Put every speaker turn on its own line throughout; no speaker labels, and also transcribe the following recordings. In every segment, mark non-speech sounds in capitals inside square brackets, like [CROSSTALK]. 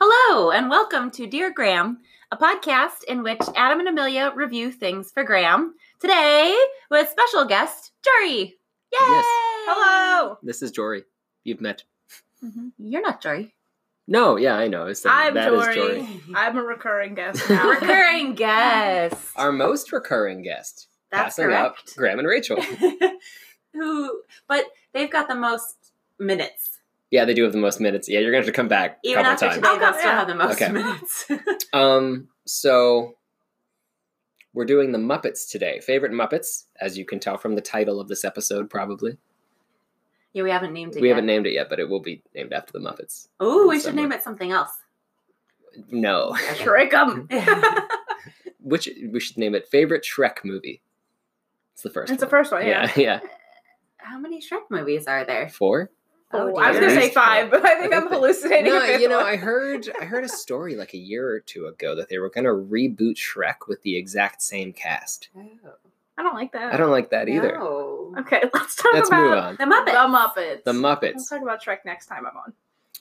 Hello, and welcome to Dear Graham, a podcast in which Adam and Amelia review things for Graham. Today, with special guest, Jory. Yay!
Yes.
Hello!
This is Jory. You've met.
You're not [LAUGHS] Jory.
No, yeah, I know. So
I'm
that is
Jory. I'm a
[LAUGHS]
recurring guest now.
Recurring guest.
Our most recurring guest.
[LAUGHS]
That's
Passing up
correct.
Graham and Rachel.
[LAUGHS] Who, but they've got the most minutes.
yeah, they do have the most minutes. Yeah, you're going to have to come back a
Even
couple
after
times.
today,
Oh,
they'll
God,
still
yeah.
have the most
Okay.
minutes. [LAUGHS]
Um, so we're doing the Muppets today. Favorite Muppets, as you can tell from the title of this episode, probably.
yeah, we haven't named it
We
yet.
haven't named it yet, but it will be named after the Muppets.
Oh, we should
somewhere.
name it something else. [LAUGHS]
No,
Trick 'em.
which we should name it favorite Shrek movie. It's the first.
It's the
one.
first one, yeah.
yeah, [LAUGHS]
How many Shrek movies are there?
Four.
Oh,
dear.
I was
At
gonna say
least
five, but I think
I
I'm
[LAUGHS] think that-
hallucinating.
No,
a fifth
you know,
one.
I heard I heard a story like a year or two ago that they were gonna reboot Shrek with the exact same cast.
Oh.
I don't like that.
I don't like that either.
No.
Okay, [LAUGHS] let's talk
Let's move
about
on.
The Muppets.
the Muppets.
The
We'll
Muppets.
talk about Shrek next time I'm on.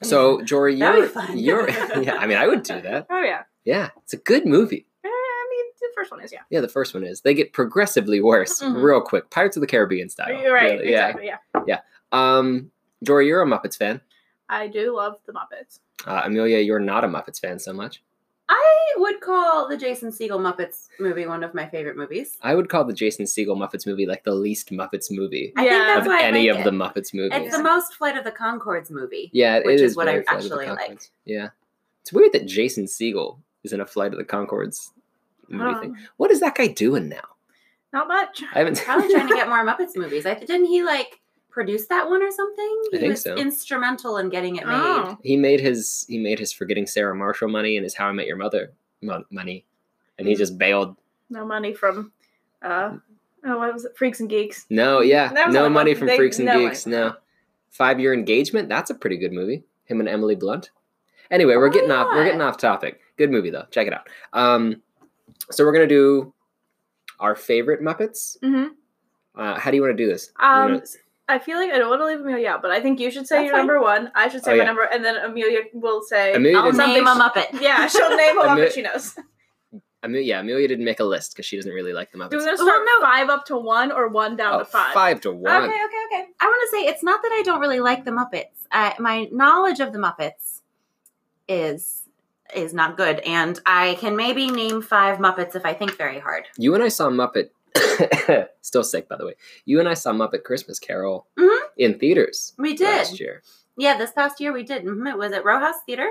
So Jory,
That'd be
you're
fun.
you're [LAUGHS] yeah, I mean I would do that.
Oh yeah,
Yeah. It's a good movie.
Eh, I mean the first one is yeah.
Yeah, the first one is. They get progressively worse
Mhm.
real quick. Pirates of the Caribbean style.
You're right,
really,
exactly. Yeah.
Yeah. Um Jory, you're a Muppets fan.
I do love the Muppets.
Uh, Amelia, you're not a Muppets fan so much.
I would call the Jason Siegel Muppets movie one of my favorite movies.
I would call the Jason Siegel Muppets movie like the least Muppets movie
I think
Yeah.
that's
of
why
any
I
of
like
the
it.
Muppets
It's
movies.
the most Flight of the Concords movie.
Yeah, it
which is
is
what
very
I
Flight of the
actually
Conchords.
liked.
Yeah, it's weird that Jason Siegel is in a Flight of the Concords movie thing.
Um,
What is that guy doing now?
not much.
I haven't.
[LAUGHS] Probably trying to get more Muppets movies. I, didn't he like produce that one or something?
I
He
think
was
so.
instrumental in getting it made.
Oh.
[LAUGHS] he made his he made his forgetting Sarah Marshall money and his How I Met Your Mother mon- money, and he
Mm.
just bailed.
No money from. uh Oh, what was it? Freaks and Geeks.
No, yeah,
That was
no
like
money
one-
from
they-
Freaks and
no money.
Geeks. No, five year engagement. That's a pretty good movie. Him and Emily Blunt. Anyway, we're
Oh,
getting off. We're
yeah.
getting off topic. Good movie though. Check it out. Um, so we're gonna do our favorite Muppets.
Mm-hmm.
Uh, how do you want to do this? You wanna-
Um, s- I feel like I don't want to leave Amelia out, but I think you should say
That's
your
fine.
number one. I should say
Oh,
my
yeah.
number, and then Amelia will say.
Amelia
I'll
didn't-
name a
something-
[LAUGHS]
Muppet.
Yeah, she'll name all of
Ame-
it. She
[LAUGHS]
knows.
Amelia, yeah, Amelia didn't make a list because she doesn't really like the Muppets.
Do we gonna
Well,
start
no.
five up to one or one down
Oh,
to five?
to one.
Okay, okay, okay.
I want to say it's not that I don't really like the Muppets. I, my knowledge of the Muppets is is not good, and I can maybe name five Muppets if I think very hard.
You and I saw Muppet. [COUGHS] Still sick, by the way. You and I saw Muppet Christmas Carol
Mhm.
in theaters
We did.
last year.
Yeah, this past year we did. Mhm, It was at Row House Theater.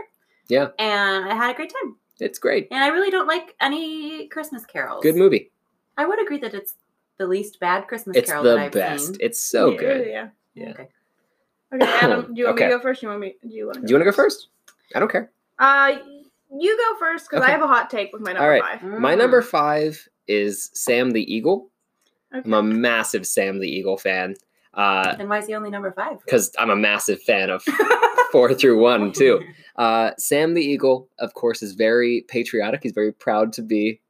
Yeah.
And I had a great time.
It's great.
And I really don't like any Christmas carols.
Good movie.
I would agree that it's the least bad Christmas
It's
carol that
the
I've
best.
seen.
It's so
yeah,
good.
Yeah.
Yeah.
Okay.
Okay, Adam, do you want
Okay.
me to go first? You want me? Do you want?
Do you want to go first? I don't care.
Uh, you go first because
Okay.
I have a hot take with my number
All right.
five.
My
Mm.
number five is Sam the Eagle.
Okay.
I'm a massive Sam the Eagle fan. Uh,
Then why is he only number five?
because I'm a massive fan
[LAUGHS]
of four through one too. Uh, Sam the Eagle, of course, is very patriotic. He's very proud to be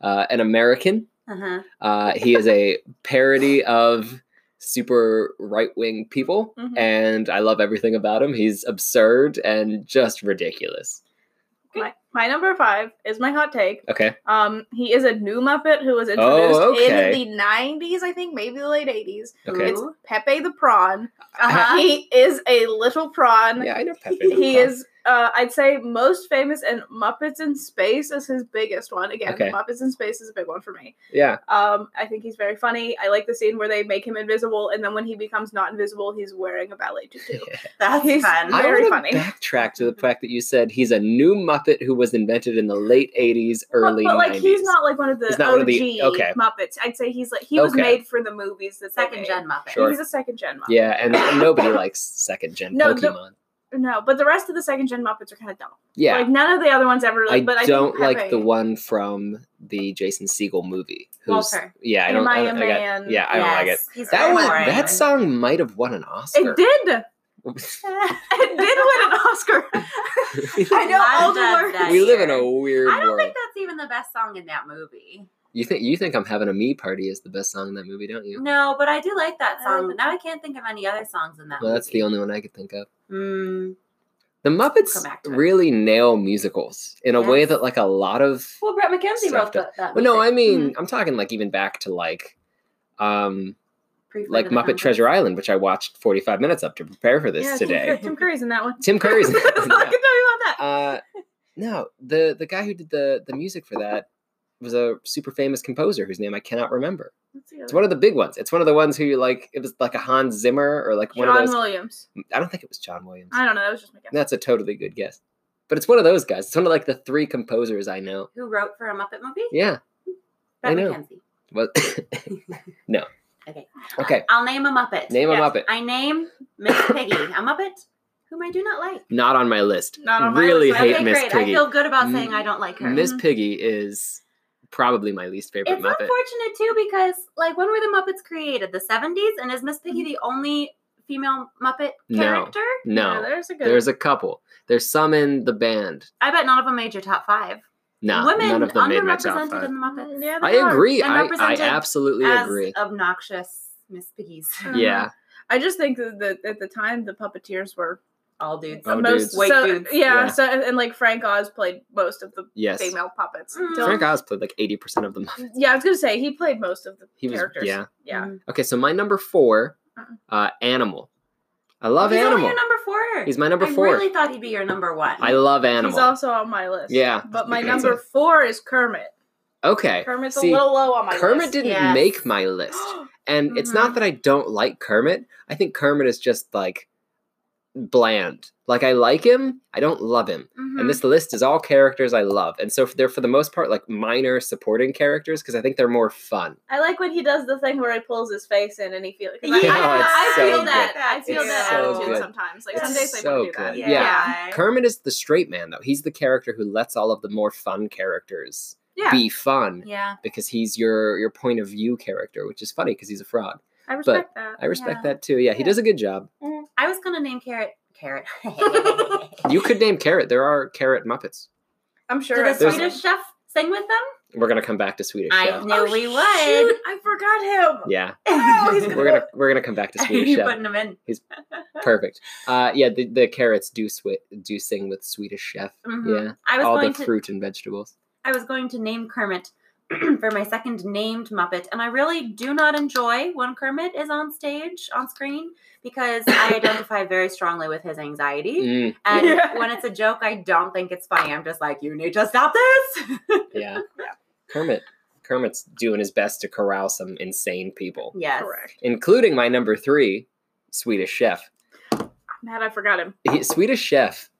uh, an American.
Uh-huh.
Uh, he is a parody of super right wing people,
Mhm.
and I love everything about him. He's absurd and just ridiculous.
My, my number five is my hot take.
Okay.
Um, he is a new Muppet who was introduced
Oh, okay.
in the '90s, I think, maybe the late '80s.
Okay.
It's
Who?
[LAUGHS]
Pepe the Prawn.
Uh-huh.
He is a little prawn.
Uh, Yeah, I know Pepe. the
He
Frog.
is, uh, I'd say, most famous, and Muppets in Space is his biggest one. Again,
Okay.
Muppets in Space is a big one for me.
Yeah.
Um, I think he's very funny. I like the scene where they make him invisible, and then when he becomes not invisible, he's wearing a ballet tutu.
That's
He's-
fun.
I
Very
want
funny.
to backtrack to the fact that you said he's a new Muppet who was invented in the late '80s, early
but, but like
90s.
he's not like one of the
He's
OG
not one of the- okay.
Muppets. I'd say he's like he was
Okay.
made for the movies, the
Second gen Muppet.
Sure.
He's a second gen Muppet.
yeah, and nobody likes second gen
No,
Pokemon.
the- No, but the rest of the second gen Muppets are kind of dumb.
yeah,
Like none of the other ones ever.
I
Really, but I
don't
think
like the
Pepe
one from the Jason Siegel movie.
Walter.
Yeah, I
and
don't. I
Maya
don't I got-
Man.
yeah, I don't like it.
Yes, he's
That
very
was
boring.
that song might have won an Oscar.
It
[LAUGHS]
did. it did win an
[LAUGHS]
Oscar. [LAUGHS] I know all the
Mom does
words.
that
we live in
year.
a weird
I don't
world.
think that's even the best song in that movie.
you think you think I'm having a me party is the best song in that movie, don't you?
No, but I do like that
I
song.
like
But now I can't think of any other songs in that.
Well, that's the
movie.
only one I could think of.
Mm,
The Muppets
Come back to it.
really nail musicals in a way
Yes.
that like a lot of
Well, Brett McKenzie
Stuff
wrote
that-
that. that
Well, no, I
music.
mean, I'm talking like even back to like, um,
Pre-Flight
like
of the
Muppet
Conchords.
Treasure Island, which I watched 45 minutes up to prepare for this
Yeah, Tim
today.
Curry-
[LAUGHS] Tim Curry's in that one.
Tim Curry's.
so I can tell
[LAUGHS]
you about that.
uh, no, the the guy who did the the music for that was a super famous composer whose name I cannot remember.
Let's see
It's one of the big ones. It's one of the ones who you like. It was like a Hans Zimmer or like one
John
of those.
Williams.
I don't think it was John Williams.
I don't know. That was just my guess.
That's a totally good guess. But it's one of those guys. It's one of like the three composers I know.
Who wrote for a Muppet movie?
Yeah. I
Brett
know.
McKenzie.
Well, [LAUGHS]
Okay.
okay.
I'll name a Muppet.
Name
Yes.
a Muppet.
I name Miss
[COUGHS]
Piggy a Muppet whom I do not like.
Not on my list.
Not on my
really
list.
hate
okay,
Miss
great.
Piggy.
I feel good about
Mm,
saying I don't like her.
Miss Piggy is probably my least favorite
It's
Muppet.
unfortunate too because, like, when were the Muppets created? The seventies, and is Miss Piggy the only female Muppet
Mm-hmm. No.
character?
Yeah,
No,
there's a good.
there's a couple. There's some in the band.
I bet none of them made your top five.
No,
Women
none of them made my top
underrepresented
five.
in the Muppets.
Mm, Yeah,
I
there are.
agree.
and
I, I
represented
absolutely
as um,
agree.
obnoxious Miss Piggies.
Uh,
Yeah,
I just think that that at the time the puppeteers were
All dudes.
Oh,
the most
dudes.
White
so,
dudes.
Yeah,
Yeah.
So and, and, like Frank Oz played most of the
yes. Mm-hmm.
female puppets.
Mm.
until-
Frank Oz played like 80% of them.
Yeah, I was gonna say he played most of the
He was,
characters.
yeah.
Mm.
yeah.
Okay, so my number four,
Uh-uh.
uh, Animal. I love
He's only
Animal.
your number four.
He's my number
I
four.
really thought he'd be your number one.
I love Animal.
He's also on my list.
Yeah.
but my
That's
number
a-
four is Kermit.
okay.
Kermit's
See,
a little low on my
Kermit
list.
didn't
Yes.
make my list. And it's not that I
Mm-hmm.
don't like Kermit. I think Kermit is just like bland. Like I like him, I don't love him.
Mhm.
And this list is all characters I love. And so they're for the most part like minor supporting characters because I think they're more fun.
[GASPS] I like when he does the thing where he pulls his face in and he feels.
Yeah,
I,
it's
I
so
feel
good.
that. I feel
It's
that
so
attitude
good.
sometimes. Like
It's
some days I
so
want to do that.
good.
yeah.
yeah. Kermit is the straight man though. He's the character who lets all of the more fun characters
Yeah.
be fun
Yeah.
because he's your your point of view character, which is funny because he's a fraud.
I respect that.
I respect
Yeah.
that too. Yeah, he
Yeah.
does a good job.
I was gonna name Carrot Carrot. [LAUGHS]
[LAUGHS]
You could name Carrot. There are Carrot Muppets.
I'm sure.
Did a
I saw
Swedish
that.
chef sing with them?
We're gonna come back to Swedish
I
Chef.
knew
Oh,
we
shoot, [LAUGHS]
would.
I forgot him.
Yeah,
Oh, he's
we're gonna we're gonna come back to
[LAUGHS]
Swedish
you
Chef.
putting them in.
Perfect. Uh, yeah, the, the carrots do swi- do sing with Swedish Chef.
Mhm.
Yeah,
I was
all the
going to.
fruit and vegetables.
[LAUGHS] I was going to name Kermit [CLEARS THROAT] for my second named Muppet, and I really do not enjoy when Kermit is on stage on screen because I
[COUGHS]
identify very strongly with his anxiety.
Mm,
And
Yeah.
when it's a joke, I don't think it's funny. I'm just like, you need to stop this. [LAUGHS]
yeah, Kermit. Kermit's doing his best to corral some insane people,
yes.
Correct.
including my number three, Swedish Chef.
Matt, I forgot him.
He, Swedish Chef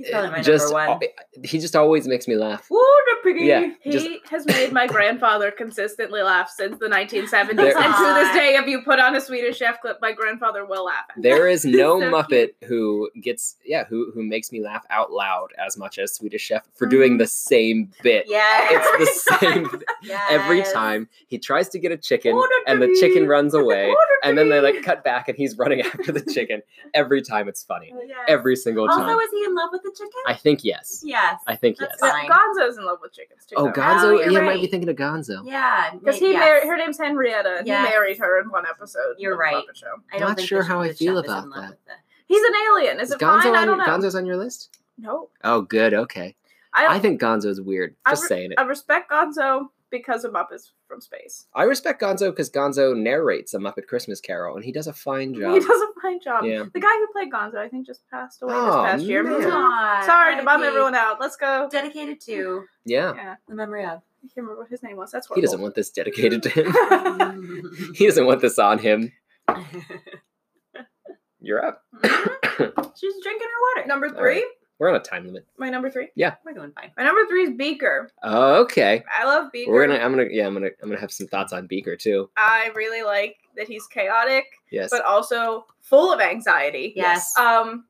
eh,
He's probably my
just
number one.
al- he just always makes me
[LAUGHS]
laugh.
Woo, the piggy.
Yeah,
He
just-
has made my grandfather consistently laugh since
[LAUGHS]
the 1970s,
There-
and to this day, if you put on a Swedish Chef clip, my grandfather will laugh. At it.
There is no
So
Muppet who gets yeah who who makes me laugh out loud as much as Swedish Chef for
Mm-hmm.
doing the same bit.
Yes. [LAUGHS]
It's the same
yes.
every time. He tries to get a chicken
Order
and the chicken
three.
runs away
Order
and then they
three.
like cut back and he's running [LAUGHS] after the chicken. Every time it's funny.
Yes.
Every single
Also,
time.
is he in love with the chicken?
I think yes.
yes.
I think
That's
yes.
fine.
But Gonzo's in love with chickens too.
Oh
Oh,
Gonzo,
you're
yeah, I might be
right.
thinking of Gonzo.
Yeah.
because he
yes.
married her name's Henrietta. and
Yes.
He married her in one episode.
You're
of the
right.
Muppet Show.
I don't
Not
think
sure
the
how I
chef
feel
is in
about
love
that.
with the-
He's an alien. Is
Is
it
Gonzo
fine? I
on your,
don't know.
Gonzo's on your list?
no,
Oh good, okay. I
I,
think Gonzo's weird.
I
Just
re-
saying it.
I respect Gonzo because of Muppets from Space.
I respect Gonzo because Gonzo narrates a Muppet Christmas Carol, and he does a fine job.
He does a fine job.
Yeah.
The guy who played Gonzo, I think, just passed away
Oh,
this past year.
man.
Aw,
Sorry to bum
R.I.P.
everyone out. Let's go.
Dedicated to
yeah,
Yeah.
the memory
[LAUGHS]
of. [LAUGHS]
I can't remember what his name was. That's
he
horrible.
doesn't want this dedicated to him. [LAUGHS]
[LAUGHS]
he doesn't want this on him. You're up.
She's drinking her water.
Mm-hmm. number
All
three.
We're on a time limit.
My number three.
We're doing fine.
My number three is Beaker.
Oh, okay.
I love Beaker.
We're gonna. I'm gonna. Yeah, I'm gonna. I'm gonna have some thoughts on Beaker too.
I really like that he's chaotic,
Yes.
but also full of anxiety.
Yes.
Um,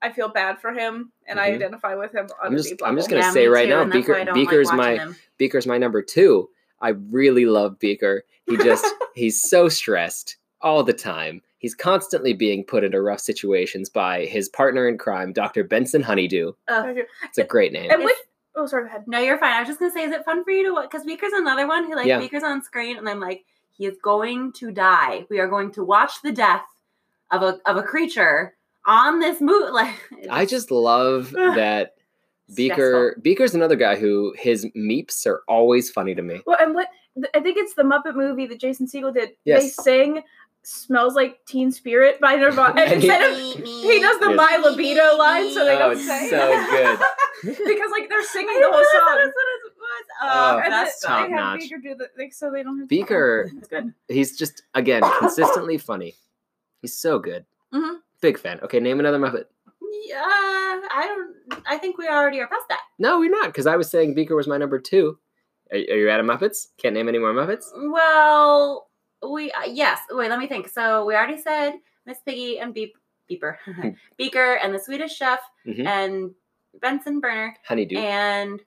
I feel bad for him, and I
Mhm.
identify with him on
I'm
a
just-
deep
I'm
level.
just gonna say
me
right now,
and that's
Beaker-
why I don't
Beaker's
watching
my-
them.
Beaker's my number two. I really love Beaker. He
[LAUGHS]
just. he's so stressed all the time. He's constantly being put into rough situations by his partner in crime, Dr. Benson Honeydew.
Ugh.
It's a great name.
and with oh, sorry, go ahead.
No, you're fine. I was just gonna say, is it fun for you to watch? Because Beaker's another one who like
Yeah.
Beaker's on screen, and I'm like, he is going to die. We are going to watch the death of a of a creature on this movie. [LAUGHS] Like,
I just
[SIGHS]
love that Beaker. Beaker's another guy who his meeps are always funny to me.
Well, and what I think it's the Muppet movie that Jason Segel did. They
Yes.
sing "Smells Like Teen Spirit" by
[LAUGHS]
Nirvana, and
And he-
instead of he does the
Yes.
"My Libido" line, so they
Oh,
don't
it's
say
so
[LAUGHS]
good.
because like they're singing
[LAUGHS] I
the
didn't
whole
realize [LAUGHS]
song.
that was what it was. Oh,
Oh,
And
that's
then
top
they have
notch.
Beaker do the like, so they don't have
Beaker-
It's good.
He's just again consistently funny. He's so good.
Mm-hmm.
Mhm.
Big fan. Okay, name another Muppet.
Yeah, I don't. I think we already are past that.
No, we're not because I was saying Beaker was my number two. Are, are you out of Muppets? Can't name any more Muppets.
Well, we uh, yes. Wait, let me think. So we already said Miss Piggy and Beep Beeper, [LAUGHS]
Hmm.
Beaker and the Swedish Chef
Mhm.
and Benson Burner
Honeydew.
and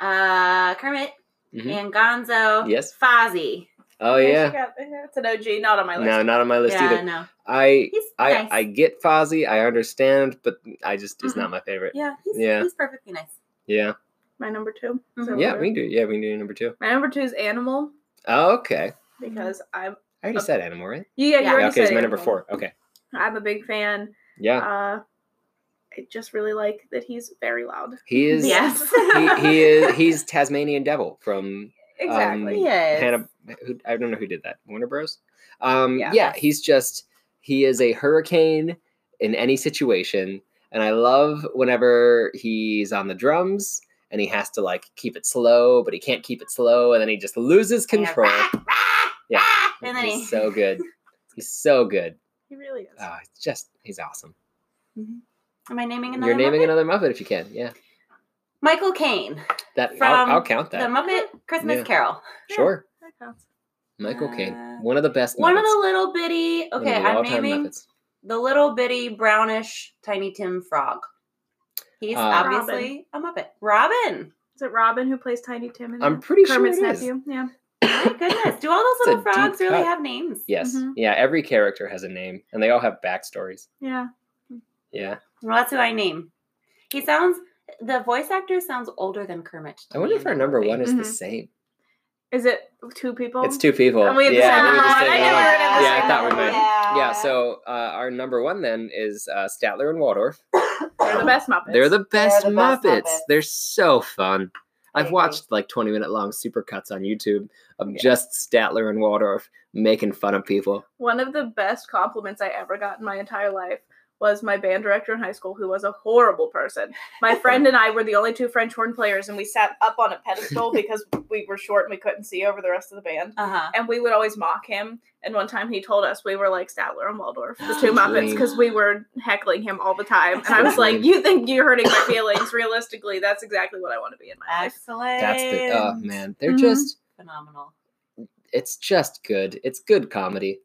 uh Kermit
Mhm.
and Gonzo.
Yes.
Fozzie.
oh
I
yeah.
forgot- It's an OG, not on my list.
No, not on my list
yeah,
either.
no,
I
he's
I
nice.
I get Fozzie. I understand, but I just is
Mm-hmm.
not my favorite.
yeah, he's,
Yeah.
he's perfectly nice.
Yeah.
My number 2
Mhm.
So
Yeah,
we're-
we can do. Yeah, we can do number two.
my number two is Animal
Oh, okay.
because I'm.
I already said animal, right?
Yeah, you
Yeah.
already
Yeah, okay, it's
said
my number
Animal.
four. Okay.
I'm a big fan.
Yeah.
Uh, I just really like that he's very loud.
He is
yes, [LAUGHS]
he,
[LAUGHS]
he is he's Tasmanian Devil from
Exactly.
Um,
Yes.
Hannah who, I don't know who did that. Warner Bros. Um
Yeah.
yeah. he's just he is a hurricane in any situation and I love whenever he's on the drums and he has to like keep it slow, but he can't keep it slow and then he just loses
And he goes,
control.
"Rah, rah,
Yeah.
rah," Ah! and then he
He's so good. He's so good.
he really is.
Oh, it's just he's awesome.
Am I naming another?
You're naming
Muppet?
another Muppet if you can. Yeah.
Michael Caine,
That
From
I'll, I'll count
the
that.
Muppet Christmas
Yeah.
Carol.
yeah.
sure.
That counts.
Michael Caine.
Uh,
One of the best
One of
Muppets.
the little bitty.
One of
Okay,
the
I'm
all-time
naming
Muppets.
the little bitty brownish Tiny Tim frog. He's
Uh,
obviously a Muppet. Robin.
Is it Robin who plays Tiny Tim? In
I'm
that?
pretty
Kermit's
sure it is.
nephew. Yeah.
[LAUGHS]
My goodness, do all those
It's a
little
deep
frogs really
cut.
have names?
Yes.
Mhm.
Yeah, every character has a name and they all have backstories.
Yeah.
Yeah.
Well, that's who I name. He sounds. The voice actor sounds older than Kermit. to
I wonder
me
if
in
our
that
number
movie.
one is
Mhm.
the same.
Is it two people?
It's two people.
And we have the
yeah,
same
I think
one.
we just
I
did
knew we were
one.
gonna have the
Yeah, I
same
thought we
number.
might. Yeah, so uh, our number one then is uh, Statler and Waldorf.
They're the best Muppets.
They're the best,
the best
Muppets.
Muppets.
They're so fun.
I
I've
agree.
watched like 20 minute long supercuts on YouTube of
Yeah.
just Statler and Waldorf making fun of people.
One of the best compliments I ever got in my entire life was my band director in high school, who was a horrible person.
[LAUGHS]
My friend and I were the only two French horn players, and we sat up on a
[LAUGHS]
pedestal because we were short and we couldn't see over the rest of the band.
Uh huh.
And we would always mock him. And one time he told us we were like Statler and
[GASPS]
Waldorf, the
The
two Muppets,
dream.
because we were heckling him all the time. And
The
I was like,
dream.
You think you're hurting my feelings? Realistically, that's exactly what I want to be in my life.
Excellent.
That's the, oh man, they're
Mhm.
just,
Phenomenal.
it's just good. It's good comedy.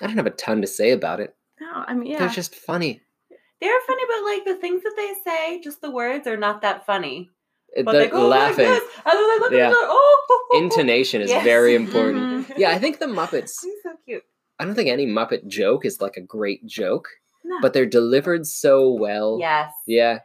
I don't have a ton to say about it.
No, I mean, yeah.
They're just funny.
They're funny, but like the things that they say, just the words are not that funny.
It-
But
the
they go
laughing
like this, and then they look at each
Yeah.
other. Oh, ho, ho, ho."
intonation is
Yes. Mm-hmm.
very important.
Mhm.
Yeah,
[LAUGHS]
I think the Muppets.
He's so cute.
I don't think any Muppet joke is like a great joke,
No.
but they're delivered so well.
Yes.
Yeah.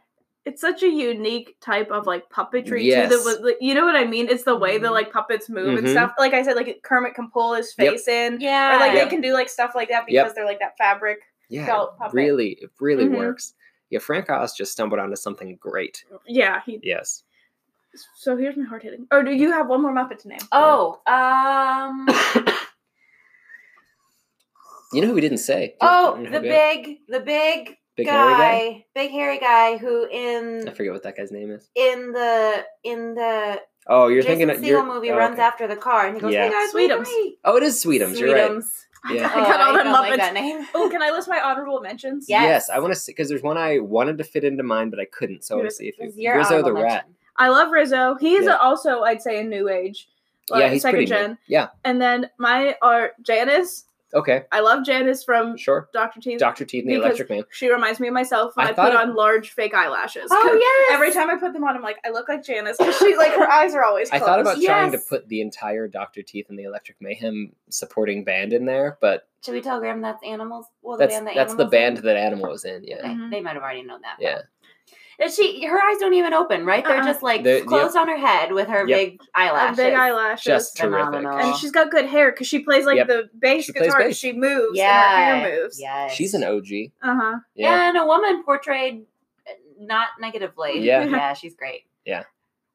it's such a unique type of like puppetry too. That
Yes.
was, like, you know what I mean? It's the way the
Mhm.
like puppets move and
Mhm.
stuff. Like I said, like Kermit can pull his
Yep.
face in,
Yeah.
or like
Yep.
they can do like stuff like that
Yep.
because they're like that fabric.
Yeah.
Felt
it
puppet.
really, it really
Mm-hmm.
Mhm.
works. Yeah, Frank Oz just stumbled onto something great.
Yeah. He,
Yes.
so here's my hard hitting. Or do you have one more Muppet to name?
oh,
[COUGHS]
um, [COUGHS]
You know who we didn't say? Do you-
oh,
you know who
the
we-
big, the big,
big hairy
guy,
guy.
big hairy guy who
I
in
forget what that guy's name is.
in the in the
Oh, you're
Jason
thinking of- you're,
Segel movie
oh,
runs
okay.
after the car, and he goes,
Yeah.
"Hey guys,
Sweetums.
look at me."
Oh, it is Sweetums. You're right.
Sweetums. Oh,
Yeah.
[LAUGHS] I got all
I
the
don't like
Muppets.
that
[LAUGHS]
name.
Oh, can I list my honorable mentions?
Yeah.
Yes, I
Yes.
want to see because there's one I wanted to fit into mine, but I couldn't. So I want to
Who's-
see if
It's
you
your Oh,
Rizzo the
honorable
Rat.
mention.
I love Rizzo. He's
Yeah.
a, also I'd say a new age. Like,
yeah, he's
second
pretty new.
gen.
Yeah.
And then my are Janice.
Okay.
I love Janice from
Sure.
Doctor Teeth.
Doctor Teeth and the
Because-
Electric Man.
she reminds me of myself when
I
I,
thought
put
it-
on large fake eyelashes.
Oh yes.
Every time I put them on, I'm like, I look like Janice. 'cause she like her eyes are always.
I
Closed.
thought about trying to
Yes.
put the entire Doctor Teeth and the Electric Mayhem supporting band in there, but
Should we tell Graham that's animals? Well,
that's
Oh, band that
that's the
Animals
band
in?
that Animal was in. Yeah,
Okay,
Mhm.
They might have already known that.
yeah.
And she her eyes don't even open, right? They're
Uh-uh.
just like
They're-
closed on her head with her
Yep.
big eyelashes.
big eyelashes.
Just terrific.
Phenomenal.
and she's got good hair because she plays like
Yep.
the bass
She plays
guitar. and
bass.
She moves.
yeah,
And her hair moves.
Yes.
She's an OG.
Uh huh.
Yeah.
and a woman portrayed uh, not negatively. [LAUGHS]
Yeah.
yeah, she's great.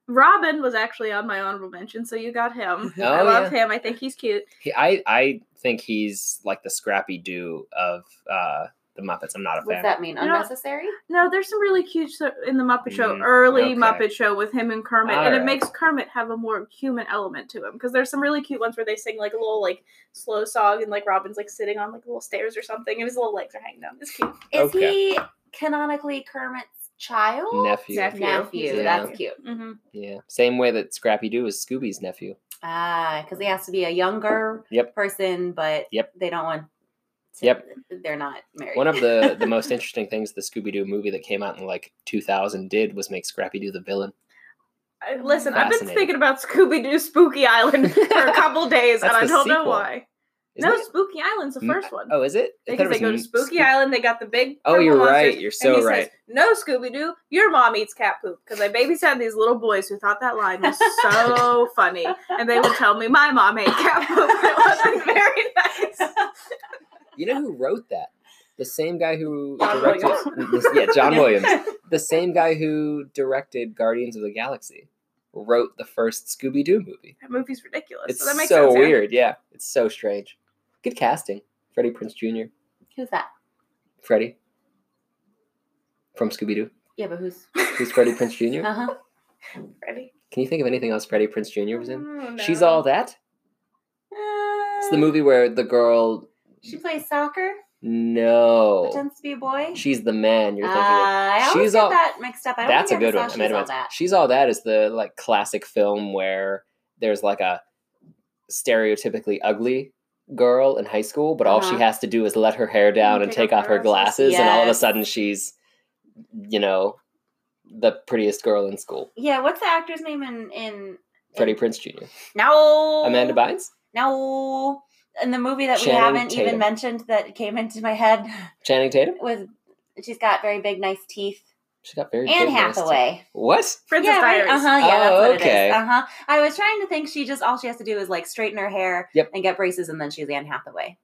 Robin was actually on my honorable mention, so you got him.
[LAUGHS] Oh,
I love him. I think he's cute.
He, I I think he's like the scrappy do of uh, the Muppets. I'm not a
What's
fan.
that mean?
You know-
Unnecessary?
No, there's some really cute stuff in the Muppet Show,
Mm,
early
okay.
Muppet Show with him and Kermit, and it
Alright.
makes Kermit have a more human element to him because there's some really cute ones where they sing like a little like slow song and like Robin's like sitting on like little stairs or something, and his little legs are hanging down. It's cute.
Is
Okay.
he canonically Kermit's child?
Nephew.
Nephew.
Nephew,
Yeah.
That's cute.
Mm-hmm.
Yeah. Same way that Scrappy Doo is Scooby's nephew.
Ah, because he has to be a younger
Yep.
person, but
Yep.
they don't want. To,
Yep.
They're not married.
One of the the most interesting things the Scooby Doo movie that came out in like 2000 did was make Scrappy Doo the villain.
I, listen, I've been
Fascinating.
thinking about Scooby Doo Spooky Island for a
[LAUGHS]
couple days, and
That's
I
the
don't know
sequel.
why.
Isn't
no,
it?
Spooky Island's the
Mm,
first one.
Oh, is it? I thought
Because
it
they
was
go to
m-
Spooky
Spook-
Island, they got the big.
Oh,
purple
you're
monsters,
right, you're so
and he
right.
Says, no, Scooby Doo, your mom eats cat poop because I babysat these little boys who thought that line was
[LAUGHS]
so funny, and they would tell me my mom ate cat poop. [LAUGHS] It wasn't very nice.
You know who wrote that? The same guy who
John
directed.
Williams.
Yeah, John
[LAUGHS]
Yeah.
Williams. The same guy who directed Guardians of the Galaxy wrote the first Scooby Doo movie.
That movie's ridiculous.
It's
so that makes
so
sense, yeah.
weird. Yeah, it's so strange. Good casting. Freddie Prince Jr.
Who's that?
Freddie from Scooby Doo.
Yeah, but who's?
Who's Freddie Prince Jr.?
[LAUGHS]
Uh [LAUGHS] huh.
Ready?
Can you think of anything else Freddie Prince Jr. was in?
Oh,
She's
no.
all that. It's the movie where the girl.
She plays soccer.
No,
Pretends to be a boy.
she's the man. You're
Uh,
thinking. of.
I always
She's
get
all-
that mixed up. I don't
That's a
think I
good
ever
one.
saw
Amanda
She's all
Bynes.
that.
She's all that is the like classic film where there's like a stereotypically ugly girl in high school, but all she
Uh-huh.
has to do is let her hair down and take off her glasses, and all of a
Yes.
sudden she's, you know, the prettiest girl in school.
Yeah. What's the actor's name in in?
Freddie
in-
Prince Jr.
No.
Amanda Bynes,
No. In the movie that we
Channing
haven't
Tatum.
even mentioned that came into my head [LAUGHS]
Channing Tatum.
was she's got very big, nice teeth.
She got very
Anne
big nice teeth.
Hathaway.
What?
Princess Diaries.
Uh huh. Yeah,
Oh,
that's what
okay.
it is. Uh huh. I was trying to think. She just all she has to do is like straighten her hair
Yep.
and get braces, and then she's Anne Hathaway.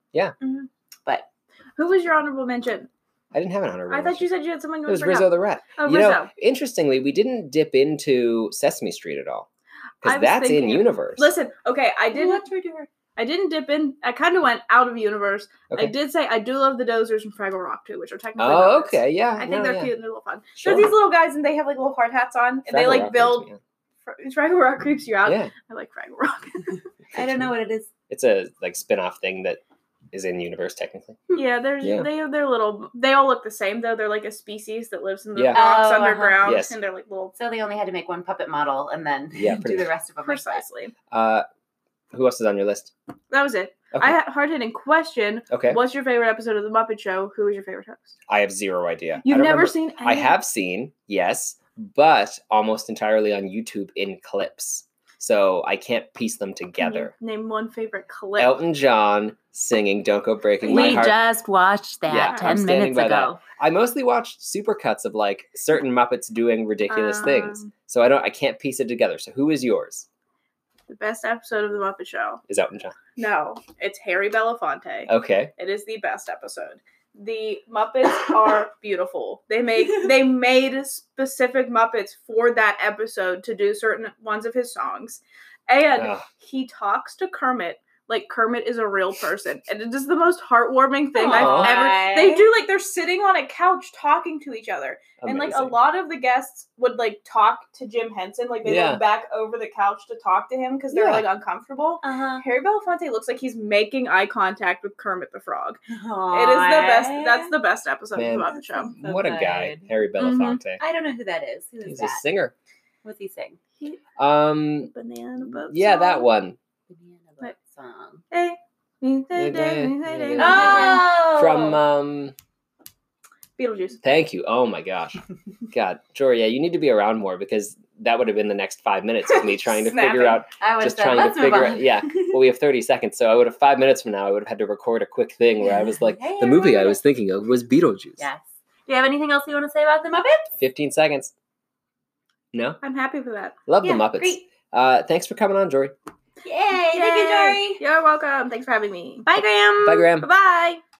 Who was your honorable mention?
I didn't have an honorable.
I thought
mention.
you said you had someone you
it was
bring
Rizzo
up.
the Rat.
Oh,
you know,
Rizzo.
interestingly, we didn't dip into Sesame Street at all
I
because
was
that's in
thinking-
universe.
Listen, okay, I didn't
What's her doing?
I didn't dip in. I kind of went out of universe.
Okay.
I did say I do love the Dozers and Fraggle Rock too, which are technically.
Oh,
Muppets.
okay, yeah.
I think
no,
they're
yeah.
cute and they're a little fun.
Sure.
They're these little guys and they have like little hard hats on, and they
Fraggle
like
Rock
build.
creeps me
Fr- [LAUGHS] Fraggle Rock creeps you
out.
out.
Yeah,
I like Fraggle Rock.
I don't know what it is.
it's a like spin-off thing that is in universe technically.
yeah, they're
Yeah.
they they're little. They all look the same though. They're like a species that lives in the
Yeah.
rocks
Oh, uh-huh.
underground,
Yes.
and they're like little.
So they only had to make one puppet model and then
Yeah, pretty
[LAUGHS] do the
much.
rest of them. like that.
Precisely.
Uh, who else is on your list?
That was it.
Okay,
I had hard hitting question.
okay.
What's your favorite episode of The Muppet Show? Who was your favorite host?
I have zero idea.
You've
I don't
never
remember-
seen.
I
any-
have seen yes, but almost entirely on YouTube in clips, so I can't piece them
Can you
together.
Name one favorite clip.
Elton John singing "Don't Go Breaking My
we
Heart."
just watched that
Yeah, I'm
10
standing
minutes
by that.
ago.
I mostly watched supercuts of like certain Muppets doing ridiculous things,
Um,
so I don't, I can't piece it together. So who is yours?
The best episode of The Muppet Show.
Is Elton John?
No, it's Harry Belafonte.
Okay,
It is the best episode. The Muppets
[LAUGHS]
are beautiful. They make they made specific Muppets for that episode to do certain ones of his songs. And
Ugh.
he talks to Kermit like Kermit is a real person. And it is the most heartwarming
Aw.
thing I've ever They do like they're sitting on a couch talking to each other. And like a
amazing.
lot of the guests would like talk to Jim Henson, like they
Yeah.
went back over the couch to talk to him because they're
Yeah.
like uncomfortable.
Uh-huh.
Harry Belafonte looks like he's making eye contact with Kermit the Frog.
Aw.
It is the best. That's the best episode
Man.
of the Muppet Show.
so
what a guy,
good.
Harry Belafonte.
Mm-hmm. I don't know who that is. Who is
He's a
that?
singer.
What's he sing?
Um,
Banana boat.
yeah, that one
Banana
Wait.
boat song.
Hey, me, hey,
Yeah,
day, me, hey, day, me, hey,
Oh,
from. Um,
day. Beetlejuice.
thank you. Oh my gosh,
[LAUGHS]
God, Jory, yeah, you need to be around more because that would have been the next five minutes of me trying
[LAUGHS]
to figure
Snapping.
out.
I would
Just
have said,
trying to
Let's move
figure
on.
out.
[LAUGHS]
Yeah. Well, we have thirty seconds, so I would have five minutes from now. I would have had to record a quick thing where I was like,
Hey,
the movie I
everybody.
was thinking of was Beetlejuice.
yes. Do you have anything else you want to say about the Muppets?
15 seconds. No?
I'm happy for that.
Love
Yeah,
the Muppets.
Great.
Uh, thanks for coming on, Jory.
Yay! Thank you,
Yay.
Jory.
You're welcome. Thanks for having me.
Bye, Graham.
Bye, Graham.
Bye bye.